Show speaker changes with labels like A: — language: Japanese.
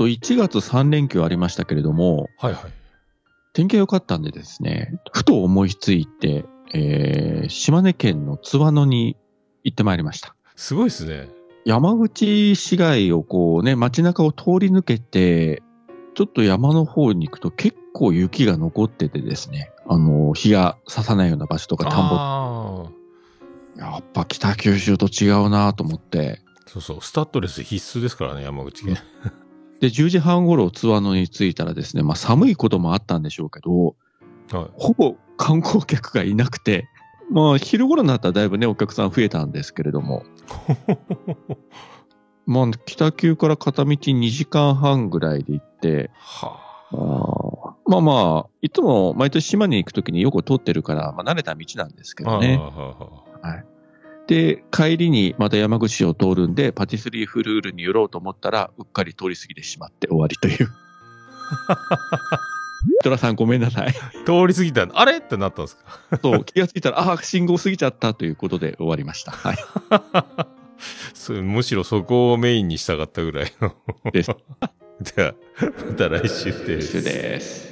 A: と1月3連休ありましたけれども、
B: はいはい。
A: 天気が良かったんでですね、ふと思いついて、えー島根県の津和野に行ってまいりました。
B: すごいですね。
A: 山口市街をこうね、街中を通り抜けて、ちょっと山の方に行くと結構雪が残っててですね、あの、日が差さないような場所とか田んぼ、
B: ああ。
A: やっぱ北九州と違うなと思って、
B: そうそう。スタッドレス必須ですからね、山口
A: う
B: 県
A: ん。で、10時半頃津和野に着いたらですね、まあ寒いこともあったんでしょうけど、
B: はい。
A: ほぼ観光客がいなくて、まあ昼頃になったらだいぶね、お客さん増えたんですけれども、まあ北九から片道2時間半ぐらいで行って、
B: は
A: あーまあまあ、いつも毎年島に行くときによく通ってるから、まあ、慣れた道なんですけ
B: あ。
A: どね。
B: はいはいはいは
A: で、帰りにまた山口市を通るんで、パティスリーフルールに寄ろうと思ったら、うっかり通り過ぎてしまって終わりと いう。トラさんごめんなさい。
B: い通り過ぎたんであれってなったんですか
A: そう、気がついたら、ああ、信号過ぎちゃったということで終わりました。はい。
B: そうむしろそこをメ インに従ったぐらいの。
A: です。
B: では、また来週です。
A: です。